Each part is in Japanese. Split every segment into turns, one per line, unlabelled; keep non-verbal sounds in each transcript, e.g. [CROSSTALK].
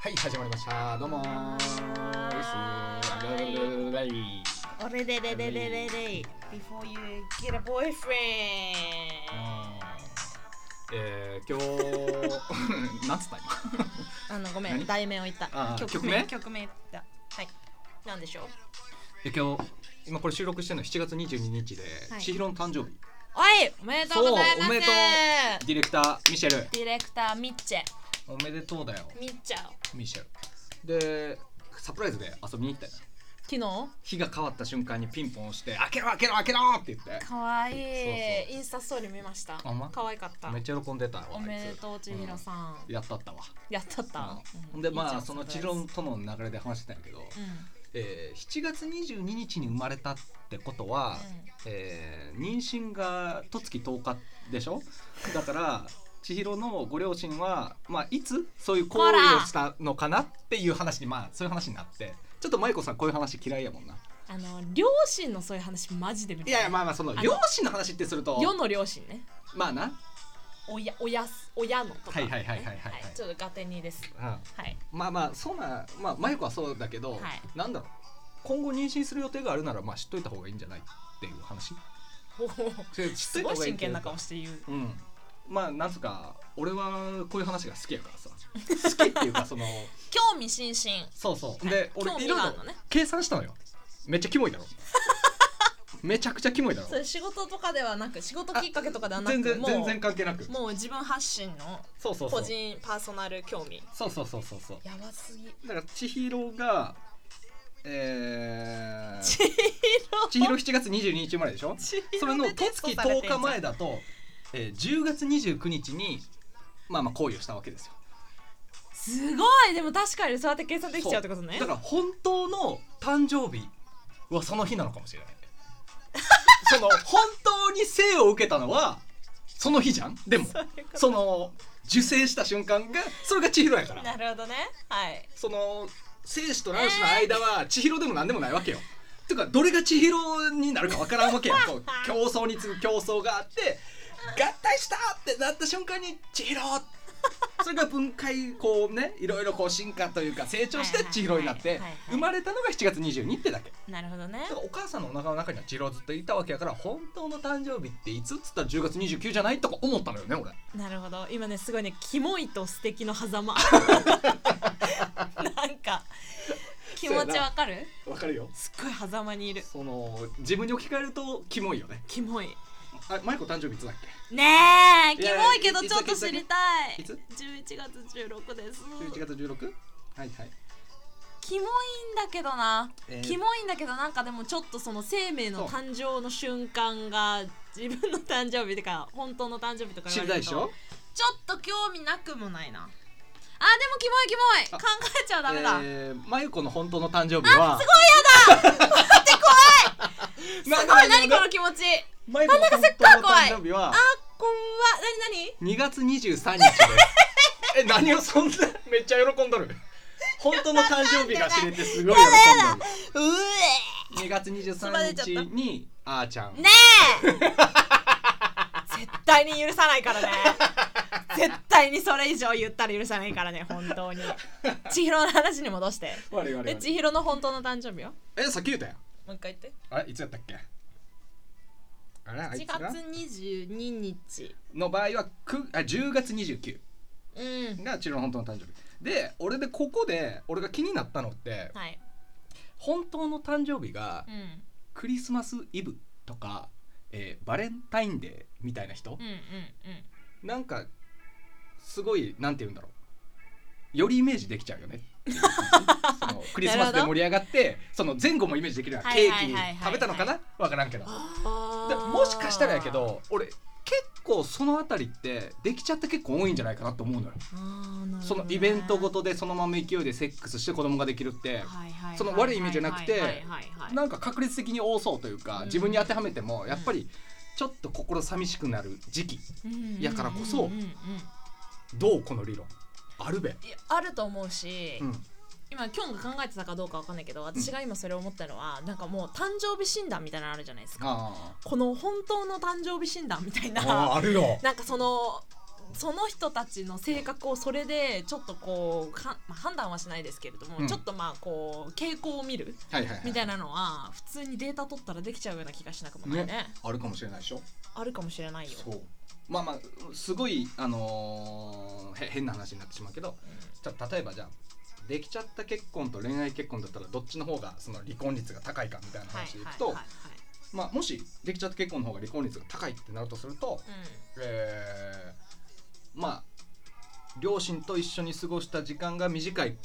はい始まりましたどうもー
はおれれれれれれれ Before you get a boyfriend
えー、今日 [LAUGHS] なんつった今
あのごめ
何
ん題名を言った
あー
曲名言ったはいなんでしょう
え今日今これ収録してるの7月22日で、
はい
千尋の誕生日
おいおめでとうございます
そうおめでとうディレクターミシェル
ディレクターミッチェ
おめでとうだよ
ミッチェ昨
ミシェルでサプライズで遊びに行ったよ
日
日が変わった瞬間にピンポン押して開けろ開けろ開けろって言って
かわい
そうそう
いインスタストーリー見ました
あほんま
かわいかった
めっちゃ喜んでたわ
おめでと
あ
う
いつ
千尋さん
うんやったったわ
やったった
うんでまあその千尋との流れで話してたんやけど、えー7月22日に生まれたってことは、えー妊娠が十月10日でしょだから千尋のご両親は、まあ、いつそういう行為をしたのかなっていう話にまあそういう話になってちょっと舞子さんこういう話嫌いやもんな
あの両親のそういう話マジで見
いやいやまあまあその
あの
両親の話ってすると
世の両親ね
まあな、
親親す親のとか、
はいはいはいはいはいはい
ちょっとガテニです
うん [LAUGHS]
はい
まあまあそうなまあ舞子はそうだけど、
はい
なんだろう今後妊娠する予定があるならまあ知っといた方がいいんじゃないっていう話
おー
それ知
す
っと
ごい
た方が
真
ってう
剣
か
な顔して言う
うん、まあなんすか俺はこういう話が好きやからさ好きっていうかその
興味津々
[LAUGHS] そうそうで俺
興
い
味
ろい
があ
ろ
るのね
計算したのよめっちゃキモいだろめちゃくちゃキモいだろ
それ仕事とかではなく仕事きっかけとかではなく
全然
もう
全然関係なく
もう自分発信の
そうそうそ
個
う
人パーソナル興味
そうそうそうそうそう
やばすぎ
だから千尋がえー、
千尋
千尋7月22日生まれでしょ
千尋
それの
で
十
テスト
月
されてんじ
10
ゃ
日
ん
前だと、えー、10月29日にまあまあ行為をしたわけですよ
すごいでも確かにそうやって計算できちゃうってことね
そうだから本当の誕生日はその日なのかもしれ
[LAUGHS]
ないその本当に生を受けたのはその日じゃんでも
そういうこと
その受精した瞬間がそれが千尋やから
なるほどねはい
その精子と卵子の間は千尋でも何でもないわけよ、 [LAUGHS] てかどれが千尋になるかわから
[LAUGHS]
んわけやんこう競争に次ぐ競争があって合体したってなった瞬間に千
[LAUGHS]
尋それが分解こうねいろいろこう進化というか成長して千尋になっ
はい
て
はいはいはい
生まれたのが7月22ってだけ
なるほどね
だからお母さんのお腹の中には千尋はずっといたわけやから本当の誕生日っていつっつったら10月29じゃないとか思ったのよね俺
なるほど今ねすごいねキモいと素敵の狭 [LAUGHS] 間なんか気持ちわかる
わかるよ
すっごい狭間にいる
その自分に置き換えるとキモいよね
キモい
あマイコ誕生日いつだっけ
ねえ
い
キ
や
モいけど
い
ち
つ
ょっと知りたい
いつ
11月16です
11月 16? はいはい
キモいんだけどな、
えー
キモいんだけどなんかでもちょっとその生命の誕生の瞬間が自分の誕生日とか本当の誕生日とか
知
言わ
り
れ
たい
る
で
と
しょ
ちょっと興味なくもないなあでもキモいキモい
あ
考えちゃダメ [LAUGHS] だ、
えー、マユコの本当の誕生日は
すごい
すごいやだ待って怖い
何この気持ち
マユコの本当の誕生日は
こんわなになに
2月23日です
[LAUGHS]
え何をそんなめっちゃ喜んどる本当の誕生日が知れてすごい喜んどる
う
2月
つまれちゃ
23
っ
日にあーちゃん
えねえ絶対に許さないからね絶対にそれ以上言ったら許さないからね本当に千尋の話に戻して
我々
え千尋の本当の誕生日よ
えさっき言ったやん
もう一回言って
あれいつやったっけあれあい
7
つが
月22日
の場合はくあ10月29
うん
が千尋の本当の誕生日で俺でここで俺が気になったのって
はい
本当の誕生日が
うん
クリスマスイブとか、えーバレンタインデーみたいな人
うんう、ん
なんかすごいなんて言うんだろうよりイメージできちゃう
[LAUGHS]
よねそのクリスマスで盛り上がってその前後もイメージできるような
は
ケ
いはいはいはい
ーキ食べたのかなわからんけど
うん
だもしかしたらやけど俺結構そのあたりってできちゃって結構多いんじゃないかなと思うのよ
あーなるほ
そ
どね
のイベントごとでそのまま勢いでセックスして子供ができるって
はいはいはいはいはいはい
その悪い意味じゃなくて
はいはいはい
なんか確率的に多そうというか
うん
自分に当てはめてもやっぱりちょっと心寂しくなる時期
うん
やからこそ
うんうんうんうん
どうこの理論あるべ、
いやあると思うし、
うん、
今キョンが考えてたかどうかわかんないけど私が今それを思ったのは、なんかもう誕生日診断みたいなのあるじゃないですか
あ
この本当の誕生日診断みたい
[LAUGHS] ーあー
な
あるよ
なんかそのその人たちの性格をそれでちょっとこうか、まあ、判断はしないですけれども、
うん
ちょっとまあこう傾向を見る
はいはい、はい、
[LAUGHS] みたいなのは普通にデータ取ったらできちゃうような気がしなくもないね
ねあるかもしれないでしょ
あるかもしれないよ。
そうまあまあすごいあのーへ変な話になってしまうけどじゃあ例えばじゃあできちゃった結婚と恋愛結婚だったらどっちの方がその離婚率が高いかみたいな
はい
話でい
は
く
い
と、
はいはい
まあ、もしできちゃった結婚の方が離婚率が高いってなるとすると、えーまあ両親と一緒に過ごした時間が短い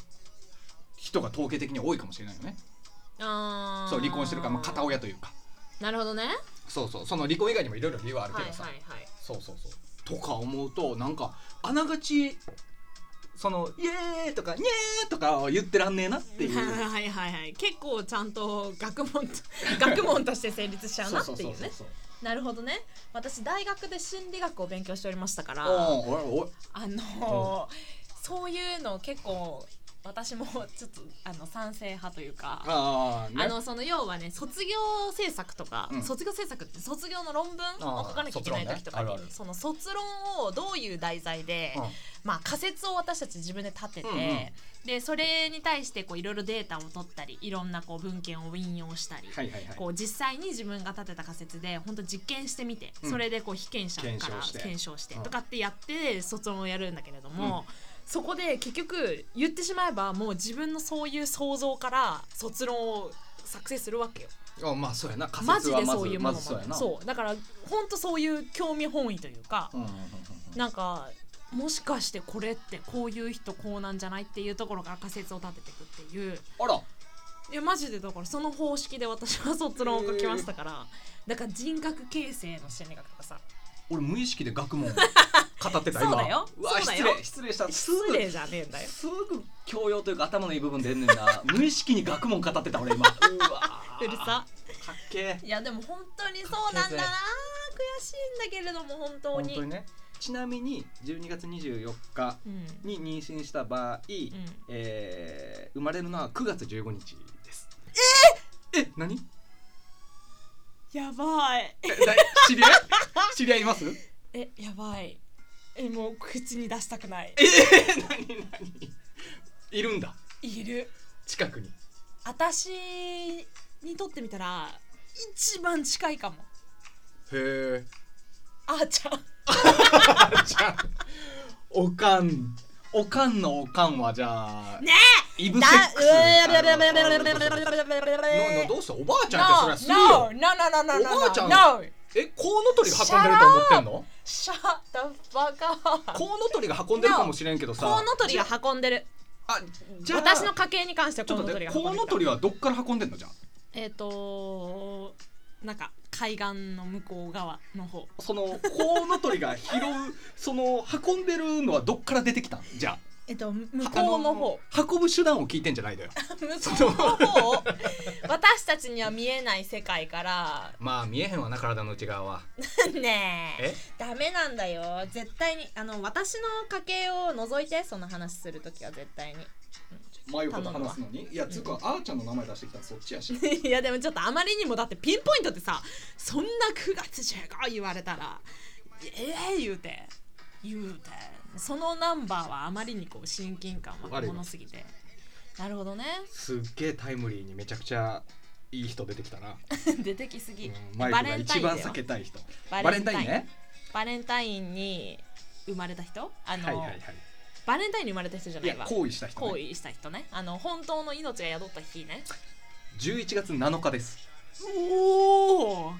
人が統計的に多いかもしれないよね
うん、あー
そう離婚してるから、まあ、片親というか
なるほどね。
そうそうその離婚以外にもいろいろ理由はある
は
け
いは
ど
い
さ、
はい。
そうそうそうとか思うとなんかあながちその「イエーイ!」とか「ニャー!」とかは言ってらんねえなっていう。
はいはいはい結構ちゃんと学問 [LAUGHS] と学問として成立しちゃう
そ
な
う
って
そう
いう
そ
ね
うそう。
なるほどね私大学で心理学を勉強しておりましたから
おおおお
あのそういうの結構私もちょっとあの賛成派というか。
ああね
あのその要はね卒業制作とか、
うん
卒業制作って卒業の論文を書かなきゃいけない時とか
卒論ねあ
に、
るある
その卒論をどういう題材で、
うん
まあ、仮説を私たち自分で立てて、
うんうん
でそれに対してこういろいろデータを取ったりいろんなこう文献を引用したり、
はいはいはい
こう実際に自分が立てた仮説で本当実験してみて、
うん
それでこう被験者から
検証して
検証して
うん
とかってやって卒論をやるんだけれども、そこで結局言ってしまえばもう自分のそういう想像から卒論を作成するわけよ
あまあそうやな仮
マ
説
ジ
は
で
ま
そうい
ず
うも
ま
の
ずそうやな
そうだから本当そういう興味本位というか、
うんうんうんうん
なんかもしかしてこれってこういう人こうなんじゃないっていうところから仮説を立てていくっていう
あら
いやマジでだからその方式で私は卒論を書きましたから、だから人格形成の心理学とかさ
俺無意識で学
[LAUGHS]
問を語ってた今
そうだよそうだ
わ失
よ
礼失礼したす
失
ぐ
礼じゃねえんだよ
すぐ教養というか頭のいい部分出ん
[LAUGHS]
ねんな無意識に学問語ってた俺今うわ
うるさ
かっけえ
いやでも本当にそうなんだな
かっ
悔しいんだけれども本当
本
に
当にねちなみに12月24日
うん
に妊娠した場合、
うん
えー生まれるのは9月15日ですええ何
やばい
えだい
[LAUGHS]
知り合い知り合いいます
えやばいえもう口に出したくない
ええ何何いるんだ
いる
近くに
私にとってみたら一番近いかも
へえ
あーちゃん
じゃあおかんおかんのおかんはじゃあ
ね
イ
え
ブ
だ
セックスあののの
う
どうしたおばあちゃんってそれはするよ
No, no, no, no, no, no,
おばあちゃん
no.
えコウノトリ運んでると思ってんの
Shut the fuck up.
コウノトリが運んでるかもしれんけどさ
コウノトリが運んでる。
あじゃあ
私の家系に関しては
ち
コ
ょっ
ウ
と
ノトリが運
待ってコウ
んで
ノト
る。
リはどっから運んでんのじゃん
えっと、なんか海岸の向こう側の方。
そのコウノトリが拾うその運んでるのはどっから出てきたんじゃあ
えっと、向こうの方。
あの運ぶ手段を聞いてんじゃないだよ
向こうの方。私たちには見えない世界から、
まあ見えへんわな体の内側は
ねえ
え
ダメなんだよ絶対にあの私の家系を除いてその話するときは絶対
真由子と話すのにいやつうかあーちゃんの名前出してきたらそっちやし
に [LAUGHS] いやでもちょっとあまりにもだってピンポイントってさそんな9月15言われたらええ言うて言うてそのナンバーはあまりにこう親近感は
悪いわ
ものすぎてなるほどね [LAUGHS]
すっげえタイムリーにめちゃくちゃいい人出てきたな、
出てきすぎ、
うん、
バ
マイク
レ
が
ンタイ
一
ンだ
番
よ
避けたい人
バ
バ
レ
レ
ン
ン
タイ
タ
ン
インね
バレンタインに生まれた人あの、
はいはいはい
バレンタインに生まれた人じゃ
い
ない
や
わ
行為した人、ね、
行為した人ねあの本当の命が宿った日ね
11月7日です
おお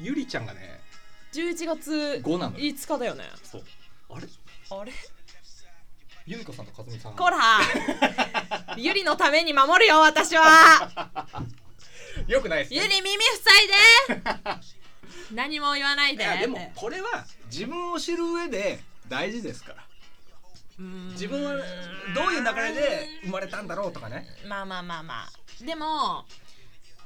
ゆりちゃんがね
11月
5なのよ
5日だよね
そうあれ
あれ
ゆみこさんとかずみさん
こら [LAUGHS] ゆりのために守るよ私
[LAUGHS]
は
よくないです
ゆ
ね
り耳塞いで何も言わない
い
で
やでもこれは自分を知る上で大事ですから自分はどういう流れで生まれたんだろうとかね
まあまあまあまあでも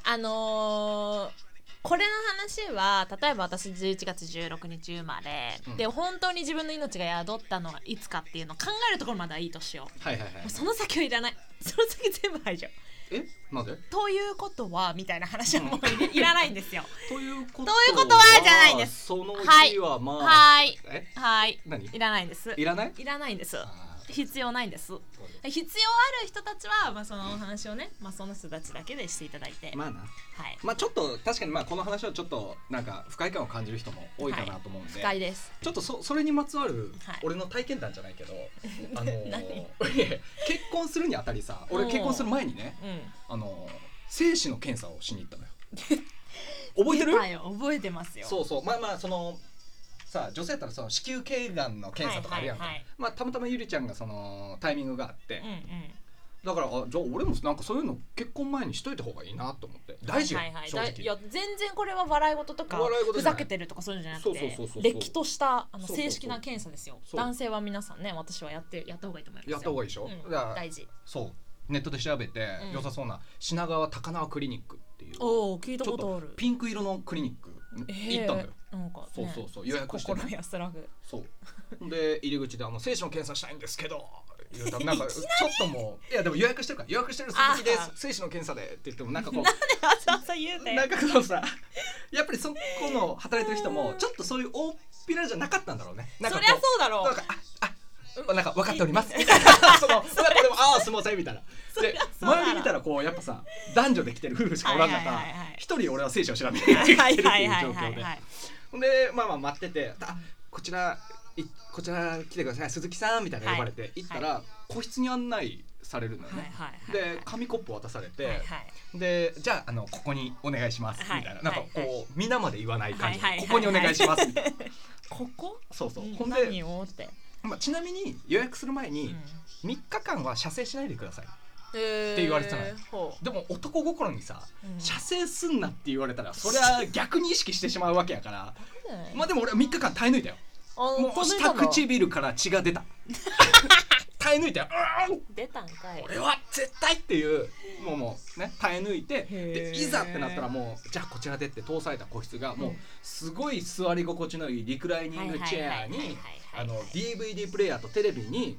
あのーこれの話は例えば私11月16日生まれ、
うん
で本当に自分の命が宿ったのはいつかっていうのを考えるところまではいいとしよう
はいはいは [LAUGHS]
もうその先はいらないその先全部排除
えなんで
ということはみたいな話はもういらいらないんです
[LAUGHS]
よ。
ということ
ということはじゃないんです
その1はまあ、
はーい
え
はい。
何
いらないんです。
いらない
いらないんです。
あー
必要ないんです。必要ある人たちは、まあ、そのお話をね、まあ、その人たちだけでしていただいて、
まあな
はい。
まあちょっと確かにまあこの話はちょっとなんか不快感を感じる人も多いかなと思うん
不
で、
快です。
ちょっとそそれにまつわる
はい
俺の体験談じゃない
[LAUGHS]
けど、あのー
何
いや結婚するにあたりさ俺
うん
結婚する前にね、
うん。
あのー精子の検査をしに行ったのよ覚えてる
出たよ覚えてますよ。
そうそうまあまあそのさあ女性やったらその子宮頸がんの検査とかあるやんか、
はいはいはい
まあたまたまゆりちゃんがそのタイミングがあって、
うんうん。
だからあじゃあ俺もなんかそういうの結婚前にしといた方がいいなと思って大事よ、
はいはいはい、
正
だ
直
いや全然これは笑い事とか
笑い事
ふ
じゃない
ざけてるとかそういうのじゃなくて
そうそうそうそう
れっきとしたあの
そうそうそう
正式な検査ですよ
そう
男性は皆さんね私はやってやった方がいいと思いますよ
やった方がいいでしょ
うん
だから
大事
そうネットで調べて、
うん
良さそうな品川高輪クリニックっていうちょ
おお聞い
った
ことあ
と
る
ピンク色のクリニック
ええ
行ったのよ、
なんか、ね、
そうそうそう予約してね
心安らぐ
そうで入り口であの「精子の検査したいんですけど」言うた
[LAUGHS]
らなんかちょっともういやでも予約してるから予約してる鈴木で
あ
す精子の検査でって言ってもなんか
[LAUGHS]
こう
わざわざ言うて
なんかこうさやっぱりそこの働いてる人もちょっとそういう大っぴらじゃなかったんだろうねなん
そ
か
りゃそ
こ
うだろ
なん
う
かああなんか分かってお
[LAUGHS]
りますみたいなそのなんかでも [LAUGHS] ああすみませんみたいなで
りゃそうだろ
周り見たらこうやっぱさ男女で来てる夫婦しかおらん中
はいはいはいはい
一人俺は精子を調べて生きてるって
はいいうはいはい
状 [LAUGHS]
は
況
い
で
はい
でまあまあ待っててあこちらいこちら来てください鈴木さんみたいな呼ばれて、
はい
行ったら、個室に案内されるのよね、
はいはい
で紙コップ渡されて、
はいはい
でじゃああのここにお願いしますみ
はい
たいな、なんかこう、
はいは
皆まで言わない感じで、
はいはい
ここにお願いしますみたいな、
[LAUGHS] ここ
そうそう、
うん
ほん
何
で、
をって、
まあ、ちなみに予約する前
う
に
ん
3日間は射精しないでください
えー
言われてたのよ
ほう
でも男心にさ
うん
射精すんなって言われたらそりゃ逆に意識してしまうわけ
[LAUGHS]
やからまあでも俺は3日間耐え抜いたよ
あ
もう
届い
下
たの
唇から血が
[LAUGHS]
出た耐え抜いて「うん
出たんかい
俺は絶対!」っていうもうもうね耐え抜いて
へ
で
ー
いざってなったらもうじゃあこちらでって通された個室がもうすごい座り心地のいいリクライニングチェア
はいはい
に
はいはいはいはい
あの DVD プレイヤーとテレビに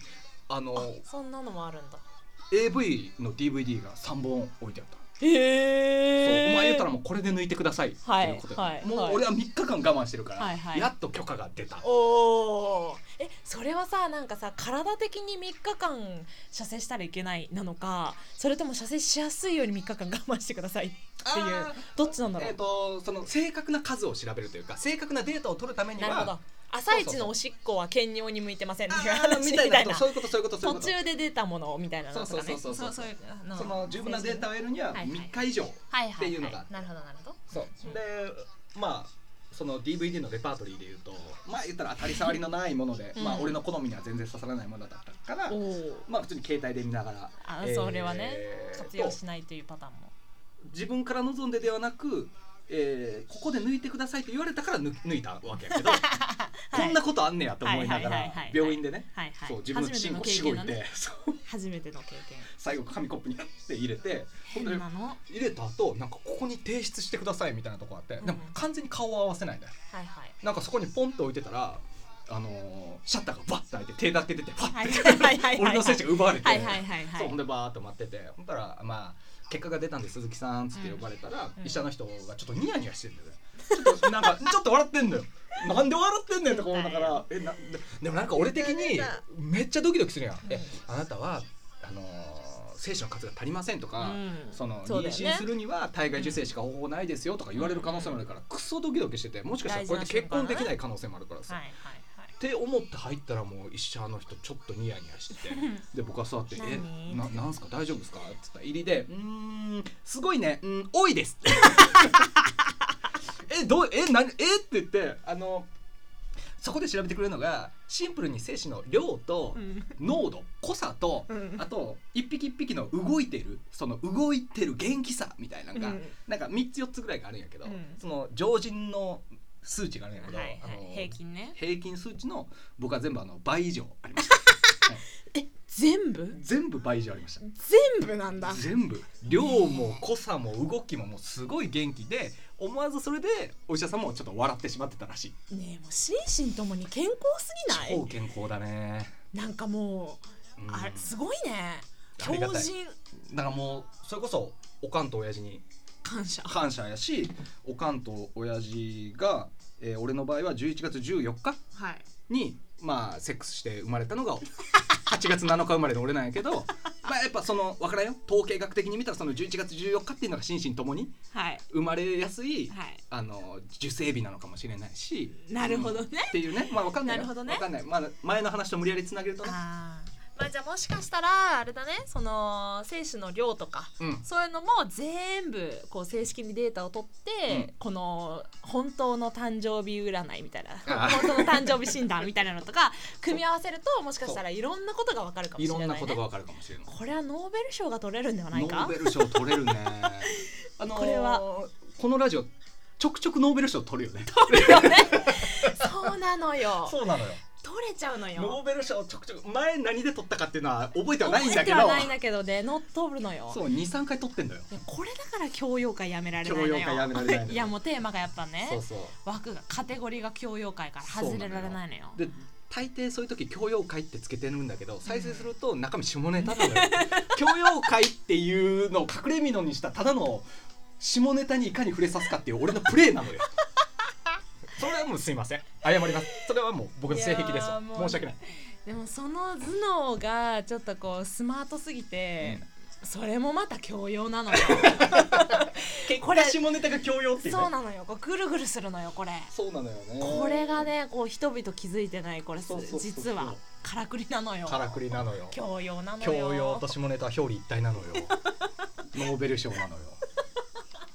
あの
そんなのもあるんだ
AV の DVD が3本置いてあった。そう
へ
お前言ったらもうこれで抜いてくださいって
はい
いうことで、
はい
もう
はい
俺は3日間我慢してるから、
はいはい
やっと許可が出た
おーえそれはさなんかさ体的に3日間射精したらいけないなのかそれとも射精しやすいように3日間我慢してくださいっていう
あー
どっちなんだろ
え
う、
ー、とその正確な数を調べるというか正確なデータを取るために
な
は
るほど朝一のおしっこは兼尿に向いてませんっていう
あー
話
み
み
た
た
い
い
な
な
ことそういうことそういうことそうい
途
うこと
中で出たものみたいなのとかね
そうそうそうそう
そういうの
その十分なデータを得るには
はいはい
3日以上、
はいはいは
っていうのが
なるほどなるほど
そうでまあその DVD のレパートリーでいうとまあ言ったら当たり障りのないもので、
うん
まあ俺の好みには全然刺さらないものだったから
おお
まあ普通に携帯で見ながら
あ
えー
それはね活用
と
しないというパターンも
自分から望んでではなく、えーここで抜いてくださいと言われたから抜抜いたわけやけ
[LAUGHS]
ど、こんなことあんねやと思いなが
はい
ら
はいはいはい
病院でね、
はいはい
そう自分のチンコをしごいて、 [LAUGHS] そう
初めての経験
最後紙コップにやって入れてほん
変
で
なの
入れた後なんかここに提出してくださいみたいなとこあって、
うん
でも完全に顔を合わせないんだよ
はいはい
なんかそこにポンと置いてたらあのーシャッターがバッて開いて手だけ出てパ
はい
ッて
はいはいはいはい
[LAUGHS] 俺の精子が奪われて、
はいはいはいは
そう
い
ほんでバーっと待っててほんだらまあ結果が出たんで鈴木さんっつって呼ばれたら、
うん
医者の人がちょっとニヤニヤしてるんだよねちょっとなんかちょっと笑ってんのよなんで笑ってんねんとか思いながらえなででもなんか俺的にめっちゃドキドキするやん、えあなたはあのー精子の数が足りませんとか、
うん
その
そう
妊
だよね
娠するには体外受精しか方法ないですよとか言われる可能性もあるから、クソドキドキしててもしかしたらこれで結婚できない可能性もあるからさ、
はいはいはい
って思って入ったらもう医者の人ちょっとニヤニヤしててで僕は座って「え
何
ななんすか大丈夫ですか?」って言ったら入りで「うーんすごいねうん多い [LAUGHS] です」えどうえなえって言ってあのそこで調べてくれるのがシンプルに精子の量と
うん
濃度濃さと、
うん
あと一匹一匹の動いてるその動いてる元気さみたいなのが、
うん
なんか3つ4つぐらいがあるんやけど、
うん
その常人の数値があるんやけど、
はいはい
あの
平均ね
平均数値の僕は全部あの倍以上ありま
[LAUGHS]
した、はい
え全部
全部倍以上ありました
全部なんだ
全部量も濃さも動きももうすごい元気で思わずそれでお医者さんもちょっと笑ってしまってたらしい
ねえもう心身ともに健康すぎな
超
い
健康だね
なんかもう
うん
あれすごいね
あ
強
りがたい
靭
だからもうそれこそおかんと親父に
感謝
感謝やしおかんと親父が、えー俺の場合は11月14日
はい
にまあセックスして生まれた
[LAUGHS]
のが8月7日生まれの俺なんやけどまあやっぱその分からんよ統計学的に見たらその11月14日っていうのが心身ともに
はい
生まれやすい、
はい
あの受精日なのかもしれないし
なるほどね
っていうねまあ分かんないよ
なるほどね
わかんない、まあ、前の話と無理やりつなげるとね
あーまあじゃあもしかしたらあれだねその精子の量とか
うん
そういうのも全部こう正式にデータを取って、
うん
この本当の誕生日占いみたいな
あー
本当の誕生日診断みたいなのとか
[LAUGHS]
組み合わせるともしかしたらいろんなことがわかるかもし
い
れな
ろ
い、ね、
んなことが分かるかもしれない。
これはノーベル賞が取れるんではない
ノ
か
ーベル賞取れるね。あのー
これは
このラジオちょくちょくノーベル賞取
[LAUGHS]
るよね。
[LAUGHS] そうなのよ
[LAUGHS] そうなのよ。
取れちゃうの
ノ
よ
ーベル賞ちょくちょく前何で取ったかっていうのは覚えてはないん
覚
だ
え
け
て
ど
は。ないんだけどねの取るのよ
そう二三回取ってんだよ。
いやこれだから教養会やめられないのよ
教養会やめられないのよ
いやもうテーマがやっぱね
そうそう。
枠がカテゴリーが教養会から外れられないのよ
で大抵そういう時教養会ってつけてるんだけど再生すると中身下ネタな [LAUGHS] のよ。教養会っていうのを隠れ蓑にしたただの下ネタにいかに触れさすかっていう俺のプレイなのよ。 [LAUGHS] それはもうすいません謝りますそれはもう僕の性癖です
いやー
わ
もう
申し訳ない
でもその頭脳がちょっとこうスマートすぎて、それもまた教養なの
[LAUGHS]
よこ
こ
れ
れ
そ
下ネタが教養っていう、ね、
うなのよこうぐるぐるするのよこれ
そうなのよね
これがねこう人々気づいてないこれ
そうそうそうそう
実はからくりなのよ
からくりなのよ
教養なのよ
教養と下ネタは表裏一体なの [LAUGHS] よノーベル賞なのよ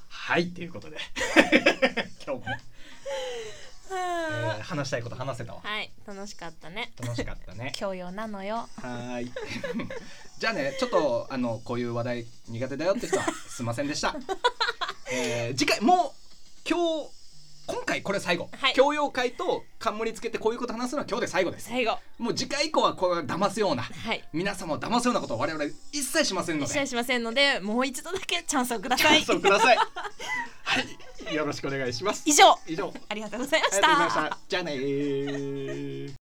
はいっていう [LAUGHS] ことで今日も、え
は
ー話したいこと話せたわ
あはい楽しかったね
楽しかったね
教養なのよ
はーい [LAUGHS] じゃあねちょっとあのこういう話題苦手だよって人はすいませんでした、えー次回もう今日今回これ最後、
はい
教養会と冠つけてこういうこと話すのは今日で最後です
最後
もう次回以降はこれは騙すような
はい
皆様を騙すようなことは我々一切しませんの
一切
で
しませんのでもう一度だけチャンスをください
そうくだ
[LAUGHS]
さいはいよろしくお願いします
以上
以上
ありがとうございま
あ
し
りがとうございましたたじゃあねー